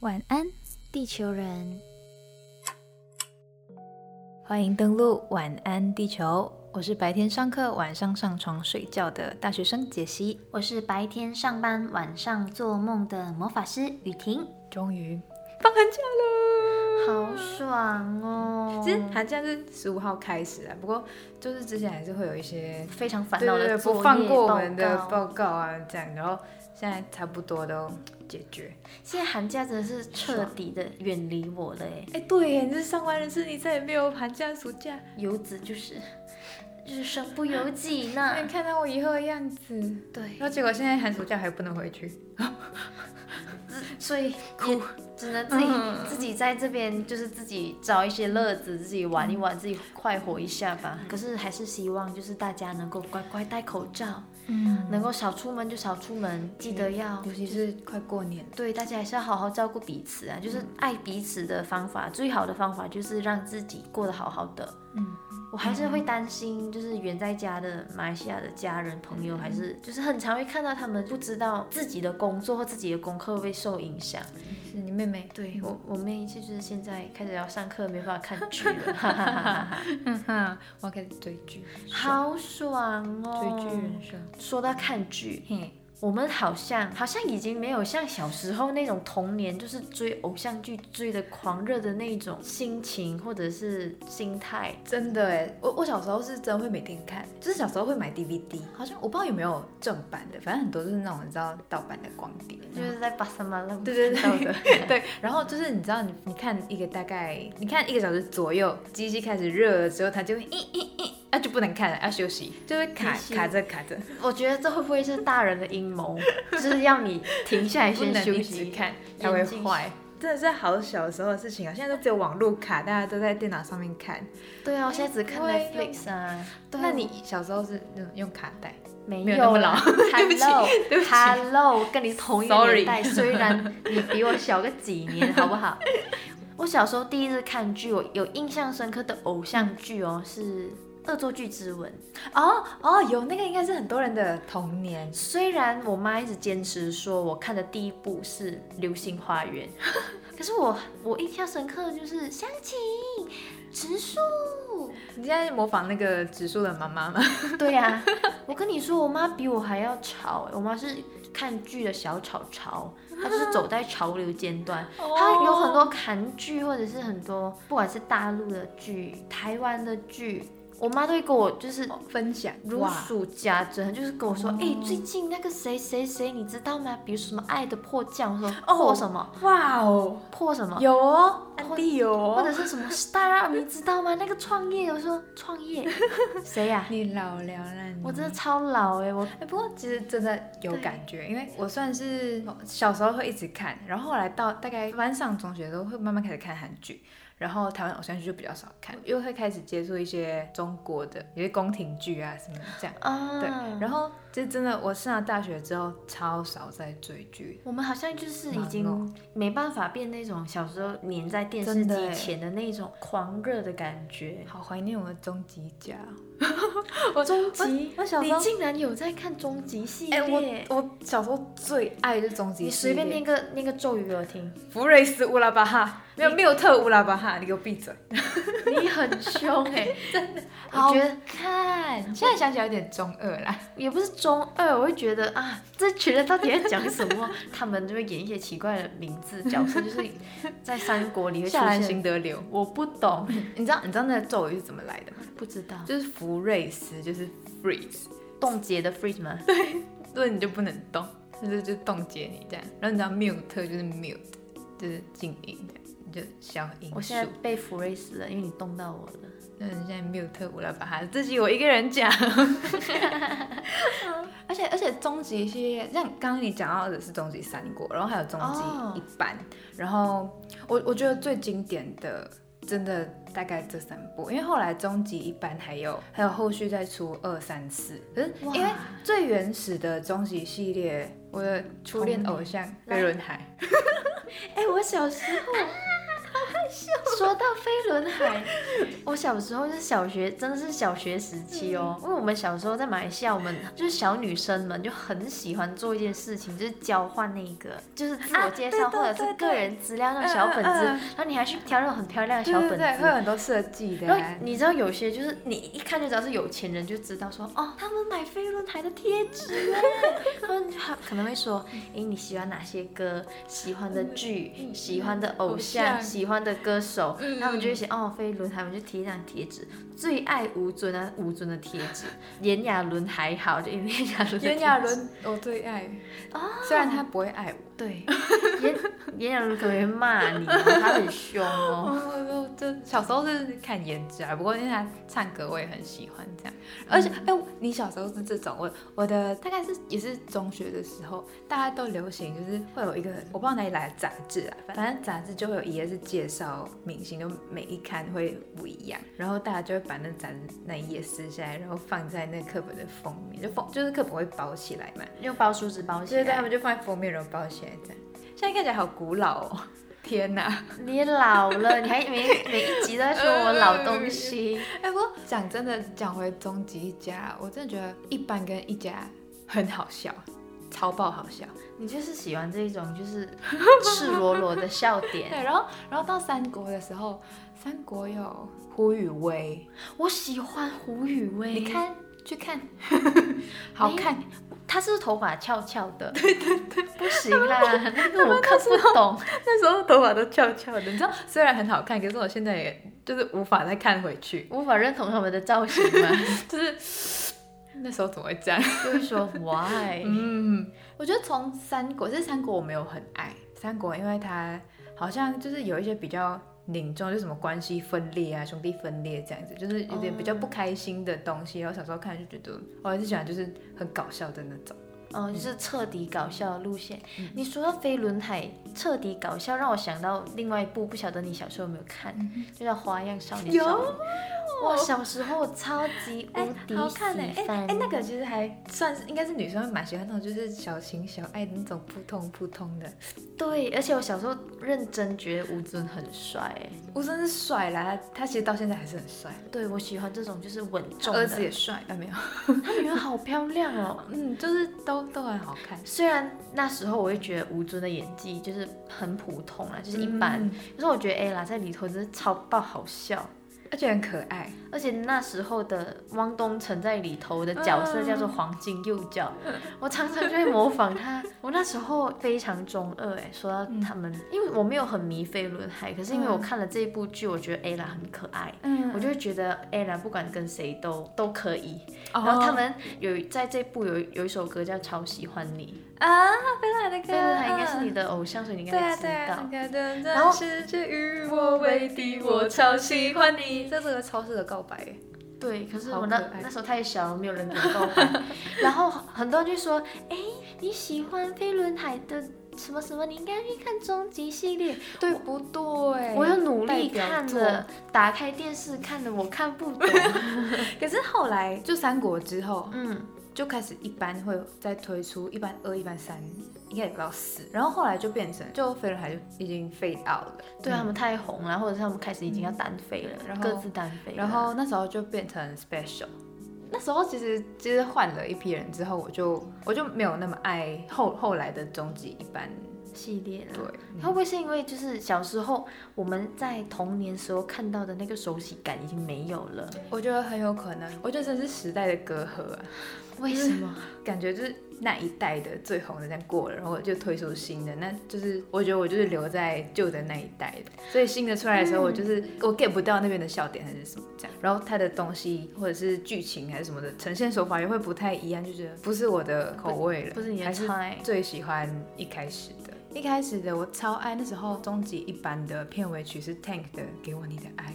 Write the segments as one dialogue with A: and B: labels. A: 晚安，地球人！欢迎登录《晚安地球》，我是白天上课、晚上上床睡觉的大学生解析。
B: 我是白天上班、晚上做梦的魔法师雨婷，
A: 终于放寒假了，
B: 好爽哦！
A: 其实寒假是十五号开始啊，不过就是之前还是会有一些
B: 非常烦
A: 对
B: 恼
A: 对对
B: 的作
A: 不
B: 业
A: 放过我们的
B: 报告
A: 报告啊，这样，然后现在差不多都解决。
B: 现在寒假真的是彻底的远离我了哎，
A: 哎，对耶，你是上班人士，你再也没有寒假、暑假，
B: 游子就是就是身不由己
A: 那
B: 呢
A: 你。看到我以后的样子。
B: 对，
A: 然后结果现在寒暑假还不能回去，
B: 所以哭只能自己、自己在这边就是自己找一些乐子，自己玩一玩，自己快活一下吧。可是还是希望就是大家能够乖乖戴口罩，
A: 嗯，
B: 能够少出门就少出门，记得要
A: 尤其嗯是快过年，
B: 对，大家还是要好好照顾彼此啊，就是爱彼此的方法，最好的方法就是让自己过得好好的。
A: 嗯，
B: 我还是会担心，就是远在家的马来西亚的家人朋友，还是就是很常会看到他们不知道自己的工作或自己的功课会受影响。
A: 是你妹嗯妹，
B: 对我，我妹就是现在开始要上课，没办法看剧了， 哈哈哈哈哈
A: 哈哈， 我要开始追剧，
B: 好爽
A: 追剧
B: 哦！
A: 人生，
B: 说到看剧，
A: 嘿，
B: 我们好像好像已经没有像小时候那种童年，就是追偶像剧追的狂热的那种心情或者是心态。
A: 真的哎，我我小时候是真会每天看，就是小时候会买 DVD，好像我不知道有没有正版的，反正很多就是那种你知道盗版的光 碟，
B: 就
A: 然后
B: 是在巴塞马拉看
A: 嗯对对对
B: 到的，
A: 对，然后就是你知道你你看一个大概你看一个小时左右，机器开始热了之后，它就会咦咦咦，那、就不能看了，要休息，就会卡
B: 继续
A: 卡着卡着，
B: 我觉得这会不会是大人的阴谋？就是要你停下来
A: 不
B: 先
A: 能
B: 休
A: 一
B: 息
A: 直，看，它会
B: 眼睛
A: 坏。真的是好小的时候的事情啊！现在都只有网络卡，大家都在电脑上面看。
B: 对啊，我现在只看
A: 哎不会用
B: Netflix 啊。
A: 那你小时候是用用卡带？
B: 没
A: 没有那么老 对不起 对不起
B: Hello，Hello，我跟你同一个
A: Sorry
B: 年代，虽然你比我小个几年，好不 好？我小时候第一次看剧，我有印象深刻的偶像剧哦，是《恶作剧之吻》。
A: 哦哦，有那个应该是很多人的童年。
B: 虽然我妈一直坚持说我看的第一部是《流星花 园》，可是我我印象深刻的就是湘琴、植树。
A: 你现在模仿那个植树的妈妈吗？
B: 对呀、我跟你说，我妈比我还要吵、我妈是看剧的小吵吵，她就是走在潮流尖端。
A: 哦
B: 它有很多韩剧，或者是很多不管是大陆的剧、台湾的剧，我妈都会跟我就是
A: 分享
B: 如
A: 哇，
B: 数家珍，就是跟我说，
A: 哦
B: 哎、最近那个谁谁谁，你知道吗？比如什么《爱的迫降》，我说
A: 哦
B: 破什么、
A: 哇哦，
B: 破什么，
A: 有哦，
B: 或
A: 安迪有
B: 或
A: 哦。
B: 者是什么 Star，Up，你知道吗？那个创业，我说创 业谁呀、
A: 你老了啦你，
B: 我真的超老哎、我
A: 哎、不过其实真的有
B: 对
A: 感觉，因为我算是小时候会一直看，然后后来到大概班上中学的时候会慢慢开始看韩剧，然后台湾偶像剧就比较少看，又会开始接触一些中国的，有些宫廷剧啊什么这样。
B: 啊，
A: 对，然后就真的我上了大学之后超少在追剧，
B: 我们好像就是已
A: 忙哦
B: 经没办法变那种小时候黏在电视
A: 真的
B: 机
A: 欸
B: 前的那种狂热的感觉。
A: 好怀念我的终极 家哦。我
B: 终
A: 极我小
B: 你
A: 时候
B: 竟然有在看终极系
A: 哎、
B: 列？
A: 我我小时候最爱就是终极系列，
B: 你随便念个念个咒语给我听。
A: 福瑞斯乌拉巴哈，没有
B: 你
A: 缪特乌拉巴哈，你给我闭嘴。
B: 你很凶哎、 真的，
A: 好
B: 我觉得看
A: 现在想起来有点中二啦。
B: 也不是中二，我会觉得啊，这群人到底在讲什么？ 他们就会演一些奇怪的名字角色，就是在三国里会出
A: 夏兰
B: 现。
A: 辛德流，
B: 我不懂，
A: 你知道你知道那个咒语是怎么来的吗？
B: 不知道
A: 就是福瑞斯，就是 freeze，
B: 冻结的 freeze 吗？
A: 所以你就不能动，就是就冻结你这样。然后你知道 mute 就是 mute，就是静音这样，你就消音
B: 我现在被福瑞斯了，因为你冻到我了。
A: 那你现在 mute 我来把它，自己我一个人 讲。而且而且终极系列，像刚刚你讲到的是终极三国，然后还有终
B: 哦
A: 极一班然后我我觉得最经典的真的大概这三部，因为后来终极一班还有还有后续再出二三四，可是
B: 哇
A: 因为最原始的终极系列，我的初恋偶像飞轮海，啊
B: 哎、我小时候好害说到飞轮海， 我小时候就是小学，真的是小学时期哦。
A: 嗯
B: 因为我们小时候在马来西亚，我们就是小女生们就很喜欢做一件事情，就是交换那个，就是自我介绍、
A: 啊对对
B: 或者
A: 对
B: 是
A: 对
B: 个人资料那种小本子，
A: 嗯嗯嗯
B: 然后你还去挑那种很漂亮的
A: 对
B: 小本
A: 对
B: 子。
A: 对，会有很多设计的
B: 然后
A: 啊。
B: 你知道有些就是你一看就知道是有钱人，就知道说哦，他们买飞轮海的贴纸啊 耶，他们还可能会说，诶，你喜欢哪些歌？喜欢的剧？
A: 嗯
B: 喜欢的偶
A: 偶
B: 像？
A: 像
B: 喜欢的歌手？
A: 嗯
B: 那我们就会写哦，飞轮海，我们就贴一张贴纸，最爱吴尊啊，吴尊的贴纸，炎亚纶还好，就炎亚纶的贴纸，
A: 炎亚纶我最爱，
B: 哦
A: 虽然他不会爱我，
B: 对，炎炎亚纶可能会骂你哦，他很凶哦。
A: 我我就小时候是看颜值啊，不过因为他唱歌我也很喜欢这样，而且哎、你小时候是这种，我我的大概是也是中学的时候，大家都流行就是会有一个我不知道哪里来的杂志啊，反正杂志就会有一页是介绍明星，就每一刊会不一样，然后大家就会把那杂志那一页撕下来，然后放在那课本的封面，就封就是课本会包起来嘛，
B: 用包书纸包起
A: 所以他
B: 来，
A: 们就放在封面，然后包起来这样。现在看起来好古老哦！天哪，
B: 你也老了，你还每每一集都在说我老东西。
A: 哎，不过讲真的，讲回终极一家，我真的觉得一般跟一家很好笑，超爆好 笑。
B: 你就是喜欢这种就是赤裸裸的笑点，
A: 对，然后然后到三国的时候，三国有胡宇威，
B: 我喜欢胡宇威。
A: 你，看 去看，哎好看。
B: 他是不是头发翘翘的， 对对对，不行啦，那个我看不懂。
A: 那时候头发都翘翘的，你知道，虽然很好看，可是我现在也就是无法再看回去，
B: 无法认同他们的造型嘛，
A: 就是那时候怎么会这样？
B: 就会说 why？、
A: 嗯，我觉得从三国，这三国我没有很爱三国，因为它好像就是有一些比较凝重，就什么关系分裂啊、兄弟分裂这样子，就是有点比较不开心的东西。然后小时候看就觉得，我还是喜欢就是很搞笑的那种。
B: 嗯，就是彻底搞笑的路线。你说到飞轮海彻底搞笑，让我想到另外一部，不晓得你小时候有没有看，就叫《花样少年
A: 有
B: 少女》。哇，小时候我超级无敌
A: 好
B: 喜
A: 看呢、
B: 欢。
A: 哎、哎、那个其实还算是应该是女生会蛮喜欢那种，就是小情小爱的那种扑通扑通的。
B: 对，而且我小时候认真觉得吴尊很帅。哎
A: 吴尊是帅啦，他其实到现在还是很帅，
B: 对，我喜欢这种就是稳重的。
A: 儿子也帅啊，没有，
B: 他女儿好漂亮哦。
A: 嗯，就是都都很好看，
B: 虽然那时候我会觉得吴尊的演技就是很普通啦，就是一般，
A: 嗯
B: 可是我觉得哎啦在里头真是超爆好笑。
A: 而且很可爱。
B: 而且那时候的汪东城在里头的角色
A: 嗯
B: 叫做黄金右脚，我常常就会模仿他。我那时候非常中二哎，说
A: 嗯
B: 到他们，因为我没有很迷飞轮海，可是因为我看了这部剧，我觉得 Ella 很可爱。
A: 嗯
B: 我就会觉得 Ella 不管跟谁都都可以，
A: 哦
B: 然后他们有在这部有有一首歌叫《超喜欢你
A: 啊，贝拉的》，歌，
B: 飞轮海应该是你的偶像，所以你应
A: 啊对
B: 该
A: 啊
B: 知
A: 对啊，
B: 道。
A: 那个
B: 然后
A: 的世界与我为敌，我超喜欢你，这是个超市的告白耶，
B: 对，可是
A: 好
B: 我那
A: 可爱
B: 那时候太小了，没有人给我告白。 然后很多人就说：“哎，你喜欢飞轮海的什么什么？你应该去看终极系列。
A: 对不对？
B: 我又努力
A: 代表
B: 看
A: 作
B: 了，打开电视看了，我看不 懂。
A: 可是后来就三国之后，
B: 嗯，
A: 就开始一般会再推出一般二、一般三，应该也不到四，然后后来就变成就飞轮海就已经 fade out 了，
B: 对啊他们太红了，或者是他们开始已经要单飞了，
A: 嗯然后
B: 各自单飞了。
A: 然后那时候就变成 special。那时候其实其实换了一批人之后，我就我就没有那么爱后后来的终极一般，
B: 系列了。
A: 对，
B: 会不会是因为就是小时候我们在童年时候看到的那个熟悉感已经没有了？
A: 我觉得很有可能，我觉得这是时代的隔阂啊，
B: 为什么？
A: 感觉就是那一代的最红的这样过了，然后我就推出新的，那就是我觉得我就是留在旧的那一代的，所以新的出来的时候，我就是、我 get 不到那边的笑点还是什么这样，然后它的东西或者是剧情还是什么的呈现手法也会不太一样，就觉得不是我的口味了，
B: 不是你的
A: 还是
B: 菜
A: 最喜欢一开始的。一开始的我超爱，那时候终极一班的片尾曲是 Tank 的《给我你的爱》，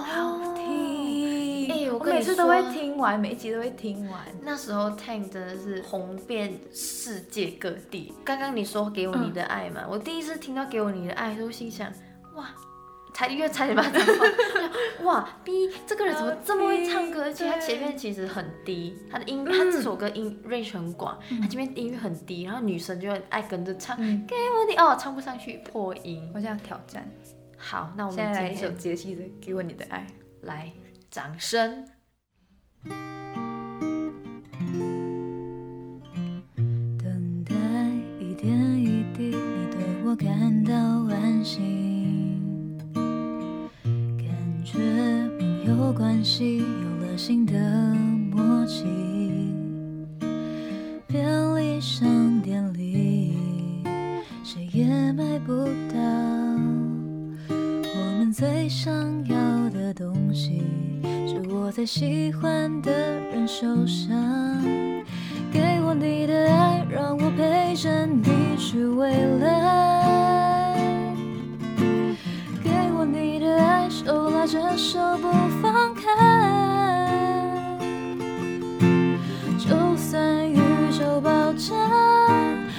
B: 哦，
A: 听
B: 哎我
A: 我
B: 跟
A: 每
B: 你
A: 次都会
B: 说
A: 听完，每一集都会听完。
B: 那时候 Tank 真的是红遍世界各地。刚刚你说给我你的爱嘛，我第一次听到给我你的爱，都心想，哇，才越差点把它讲 错我想哇逼，这个人怎么这么会唱歌？
A: 好低
B: 而且他前面其实很低，他的音，他这首歌音 range 很广，他前面音域很低，然后女生就很爱跟着唱，
A: 嗯
B: 给我你哦，唱不上去破音。
A: 我想挑战，
B: 好，那我
A: 现
B: 们
A: 在来
B: 今
A: 一首
B: 天
A: 杰西的《给我你的爱》。
B: 来掌声。
C: 等待一点一滴，你对我感到安心，感觉朋友关系有了新的默契。便利商店里，谁也买不到我们最想要的东西，是我在喜欢的人手上。给我你的爱，让我陪着你去未来。给我你的爱，手拉着手不放开。就算宇宙爆炸，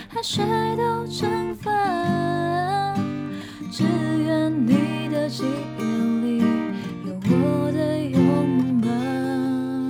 C: 海水都蒸发，只愿你的记忆里有我的拥抱。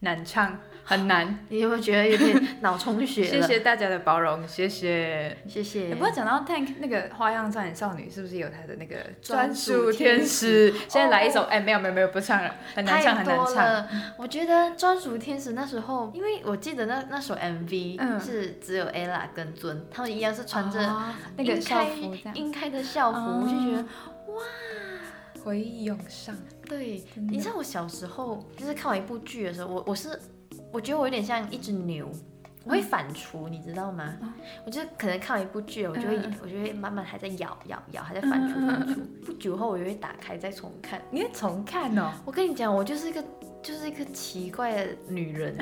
A: 难唱，很难。
B: 你有没有觉得有点脑充血
A: 谢
B: 了？
A: 谢大家的包容，谢谢。
B: 谢谢
A: 欸不过讲到 Tank 那个花样少年少女，是不是有他的那个
B: 专
A: 专
B: 属
A: 属
B: 天
A: 天使？现在来一首，哎、没有没有没有，不唱了，很难唱，
B: 太
A: 很难
B: 多
A: 唱。
B: 了。我觉得《专属天使》那时候，因为我记得那那首 MV、
A: 嗯
B: 是只有 ella 跟尊，他们一样是穿着
A: 哦那个
B: 英
A: 校
B: 开
A: 服这样，
B: 英开的校服，
A: 哦
B: 我就觉得
A: 回忆涌上。
B: 对。
A: 真的
B: 你知道我小时候就是看完一部剧的时候，我我是我觉得我有点像一只牛。我
A: 嗯
B: 会反刍，你知道吗？我就是可能看完一部剧，我就会，
A: 嗯嗯嗯
B: 我就会慢慢还在咬咬咬，还在反刍反刍。不久后，我就会打开再重看。
A: 你会重看哦？
B: 我跟你讲，我就是一个就是一个奇怪的女人，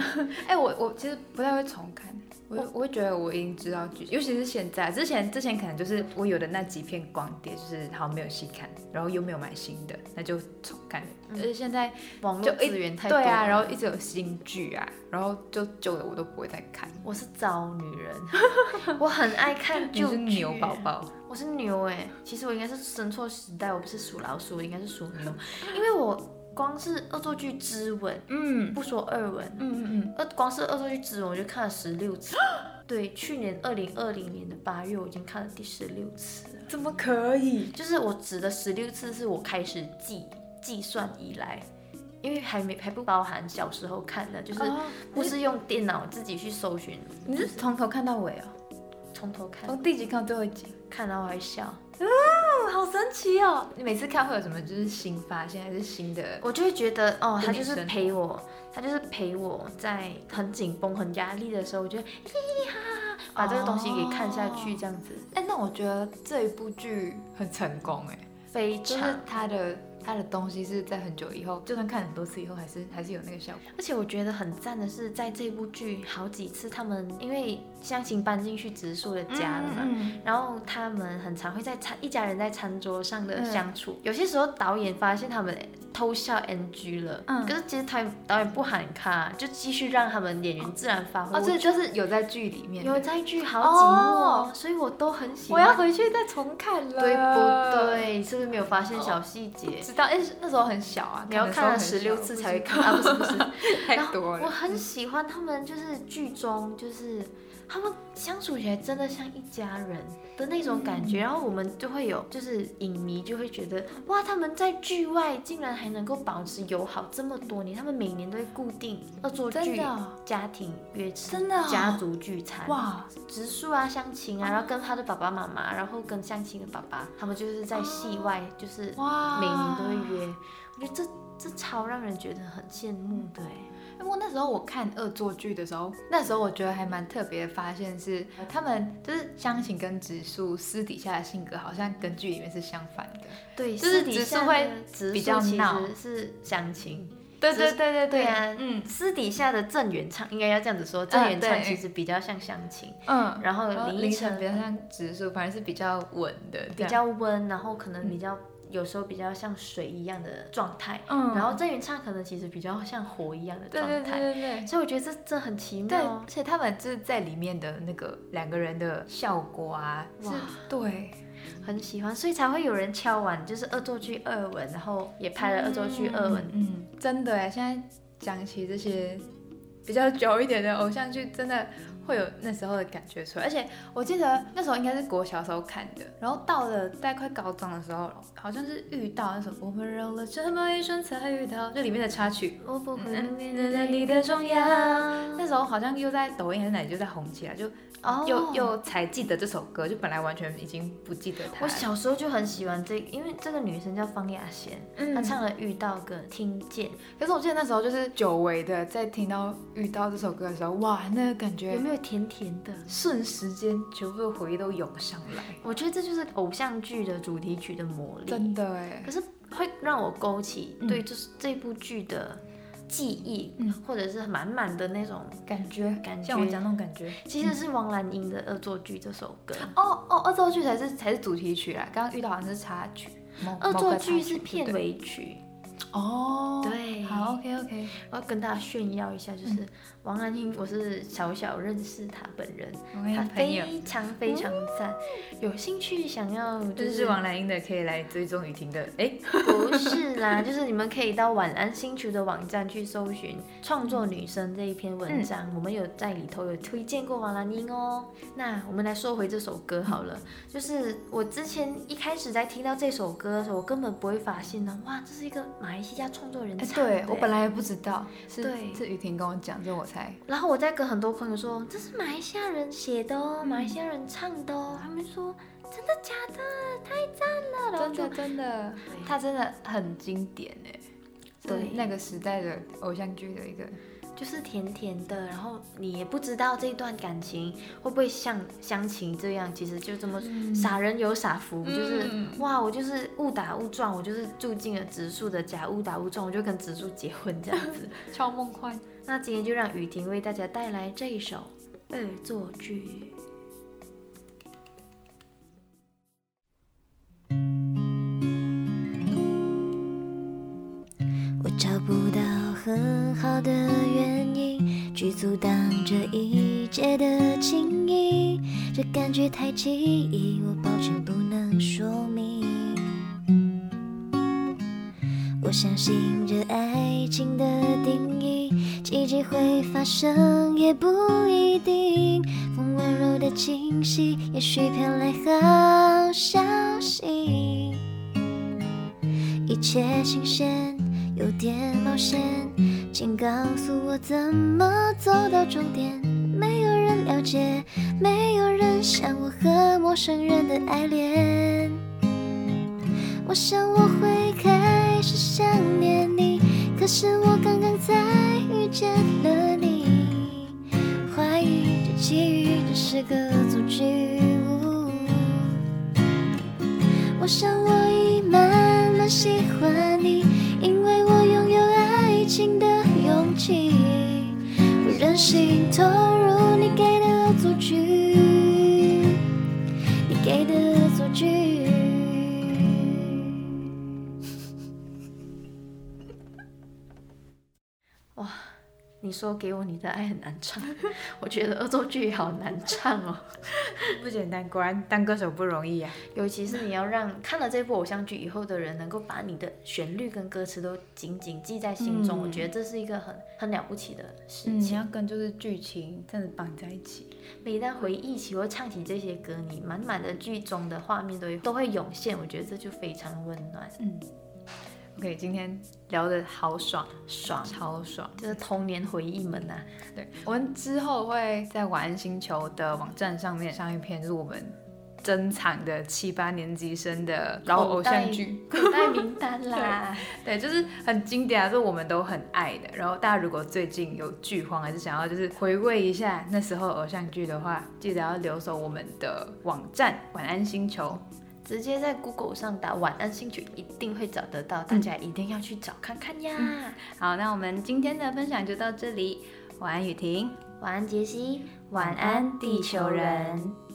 A: 哎、我我其实不太会重看，我我会觉得我已经知道剧，尤其是现在，之前之前可能就是我有的那几片光碟，就是好像没有细看，然后又没有买新的，那就重看。
B: 嗯
A: 而且现在
B: 网络
A: 就一
B: 资源太多
A: 对
B: 了。
A: 啊，然后一直有新剧啊，然后就旧的我都不会再看。
B: 我是糟女人， 我很爱看
A: 你
B: 旧
A: 是
B: 剧
A: 牛宝，宝，
B: 我是牛哎、其实我应该是生错时代，我不是属老鼠，我应该是属牛，因为我光是恶作剧之吻，
A: 嗯
B: 不说二吻，
A: 嗯嗯嗯，
B: 呃，光是恶作剧之吻我就看了十六次。 对，去年二零二零年的八月，我已经看了第十六次了。
A: 怎么可以？
B: 就是我指的十六次是我开始计计算以来，因为还没还不包含小时候看的，就是
A: 哦
B: 不是用电脑自己去搜寻，
A: 你是从头看到尾哦？
B: 从头看，
A: 从第一集看到最后一集？
B: 看到我还笑，
A: 嗯，好神奇哦！你每次看会有什么就是新发现，还是新的？
B: 我就会觉得哦，
A: 是
B: 他
A: 女
B: 就是
A: 生
B: 陪我，他就是陪我在很紧绷、很压力的时候，我就嘿嘿哈，把这个东西给看下去，
A: 哦
B: 这样子
A: 哎、那我觉得这一部剧很成功哎，
B: 非
A: 就是
B: 常。
A: 它的它的东西是在很久以后，就算看很多次以后，还是还是有那个效果。
B: 而且我觉得很赞的是，在这部剧好几次，他们因为相亲搬进去植树的家
A: 嗯
B: 了嘛，然后他们很常会在餐一家人在餐桌上
A: 嗯
B: 的相处，有些时候导演发现他们偷笑 NG 了，
A: 嗯
B: 可是其实他导演不喊卡，就继续让他们演员自然发挥。
A: 哦，这就是有在剧里面的。
B: 有在剧好几幕哦，所以我都很喜
A: 我
B: 欢。
A: 要回去再重看了，
B: 对不？对？是不是没有发现小细节？
A: 知道，哎、那时候很小啊，
B: 你要看了十六次才会看啊！不是不 是，
A: 太
B: 然后
A: 多
B: 我
A: 了。
B: 很喜欢他们，就是剧中就是他们相处起来真的像一家人的那种感觉，然后我们就会有就是影迷就会觉得哇，他们在剧外竟然还能够保持友好这么多年，他们每年都会固定恶作
A: 真
B: 剧
A: 的哦、
B: 家庭约吃，
A: 真的哦
B: 家族聚餐，
A: 哇，
B: 植树啊、相亲啊，然后跟他的爸爸妈妈，然后跟相亲的爸爸，他们就是在戏外，就是
A: 哇
B: 每年都会
A: 哎
B: 约。我觉得这这超让人觉得很羡慕的哎。
A: 不过那时候我看恶作剧的时候，那时候我觉得还蛮特别的发现是，他们就是湘琴跟植树私底下的性格好像跟剧里面是相反的。
B: 对，
A: 就是
B: 私底
A: 植
B: 下
A: 树会
B: 的植
A: 比
B: 树
A: 较
B: 其
A: 闹
B: 实是相亲，
A: 对
B: 对
A: 对对
B: 对啊
A: 嗯
B: 私底下的郑元畅应该要这样子说，郑元畅
A: 啊对
B: 其实比较像相亲，
A: 嗯。
B: 然后
A: 然后
B: 林
A: 凌
B: 依晨
A: 晨比较像植树，反而是比较嗯稳的，
B: 比
A: 这样
B: 较温，然后可能比较、有时候比较像水一样的状态，
A: 嗯
B: 然后郑元畅可能其实比较像火一样的
A: 对
B: 状态，
A: 对对对对。
B: 所以我觉得这这很奇
A: 对，
B: 妙、哦
A: 而。且他们就是在里面的那个两个人的效果啊，是
B: 哇
A: 对，
B: 很喜欢，所以才会有人敲完就是恶作剧二文，然后也拍了恶作剧二文。
A: 嗯，嗯真的哎，现在讲起这些比较久一点的偶像剧，真的会有那时候的感觉出来。而且我记得那时候应该是国小时候看的，然后到了大概快高中的时候，好像是遇到那首《我们绕了这么一圈才遇到》，就里面的插曲。
B: 我不会
A: 嗯
B: 变得你的重要。
A: 那时候好像又在抖音还是哪里就在红起来，就
B: 哦，
A: 又又才记得这首歌，就本来完全已经不记得它
B: 我
A: 了。
B: 小时候就很喜欢这个，因为这个女生叫方雅贤，
A: 嗯
B: 她唱了《遇到》跟《听见》，
A: 可是我记得那时候就是久违的，在听到遇到这首歌的时候，哇，那个感觉
B: 有没有甜甜的？
A: 瞬时间全部的回忆都涌上来，
B: 我觉得这就是偶像剧的主题曲的魔力，
A: 真的哎
B: 可，是会让我勾起
A: 嗯
B: 对就是这部剧的记忆，
A: 嗯
B: 或者是满满的那种
A: 感觉
B: 感觉
A: 像。我讲那种感觉。
B: 其实是王蓝英的《恶作剧》这首歌，
A: 哦哦，恶作剧才是才是主题曲啦，刚刚遇到好像是插曲，某
B: 恶
A: 某
B: 作
A: 个
B: 呃
A: 插
B: 剧》是
A: 对不
B: 片
A: 对
B: 尾曲。
A: 哦，
B: 对
A: 好 OK OK，
B: 我要跟大家炫耀一下，
A: 嗯
B: 就是王蓝英，我是小小认识她本人，
A: 我跟
B: 她
A: 你朋友。
B: 非常非常赞。有兴趣想要就
A: 这
B: 是
A: 是王蓝英的，可以来追踪雨婷的。哎，
B: 不是啦， 就是你们可以到晚安星球的网站去搜寻“创作女生”这一篇
A: 嗯
B: 文章，我们有在里头有推荐过王蓝英哦。那我们来说回这首歌好了，就是我之前一开始在听到这首歌的时候，我根本不会发现呢，哇，这是一个马来西亚创作人
A: 哎
B: 唱的耶。
A: 对我本来也不知道，是
B: 对
A: 是雨婷跟我讲，这我才
B: 然后我在跟很多朋友说，这是马来西亚人写的哦，
A: 嗯
B: 马来西亚人唱的哦，他们说真的假的，太赞了，然后
A: 真
B: 就
A: 的真的，它真的很经典哎，
B: 对
A: 是那个时代的偶像剧的一个，
B: 就是甜甜的，然后你也不知道这段感情会不会像相亲这样，其实就这么
A: 嗯
B: 傻人有傻福，
A: 嗯
B: 就是哇，我就是误打误撞，我就是住进了植树的家，误打误撞我就跟植树结婚这样 子。
A: 超梦幻。
B: 那今天就让雨婷为大家带来这一首《恶作剧》。
C: 我找不到很好的原因去阻挡这一切的情谊，这感觉太奇异，我保证不能说明。我相信这爱情的定义，奇迹会发生也不一定。风温柔的清晰，也许飘来好消息。一切新鲜，有点冒险，请告诉我怎么走到终点。没有人了解，没有人像我和陌生人的爱恋。我想我会开始想念你，可是我刚刚才遇见了你。怀疑这奇遇只是个恶作剧。我想我已慢慢喜欢你，因为我拥有爱情的勇气，我任性投入你给的恶作剧，你给的恶作剧。
B: 你说给我你的爱很难唱， 我觉得恶作剧好难唱哦。
A: 不简单，果然当歌手不容易呀、啊
B: 尤其是你要让看了这部偶像剧以后的人能够把你的旋律跟歌词都紧紧记在心中，
A: 嗯
B: 我觉得这是一个很很了不起的事
A: 嗯，你
B: 情。
A: 要跟就是剧情这样子绑在一起，
B: 每当回忆起或唱起这些歌，你满满的剧中的画面都会都会涌现，我觉得这就非常温暖
A: 嗯。OK，今天聊的好爽，
B: 爽，
A: 超爽。
B: 就是童年回忆们呐、
A: 对，我们之后会在晚安星球的网站上面上一篇，就是我们珍藏的七八年级生的老偶像剧，
B: 口袋名单啦。
A: 对，就是很经典啊，是我们都很爱的。然后大家如果最近有剧荒，还是想要就是回味一下那时候偶像剧的话，记得要留守我们的网站晚安星球。
B: 直接在 Google 上打“晚安星曲”，一定会找得
A: 嗯
B: 到，大家一定要去找看看呀！
A: 好，那我们今天的分享就到这里，晚安雨婷。
B: 晚安，杰西，晚安，地球人。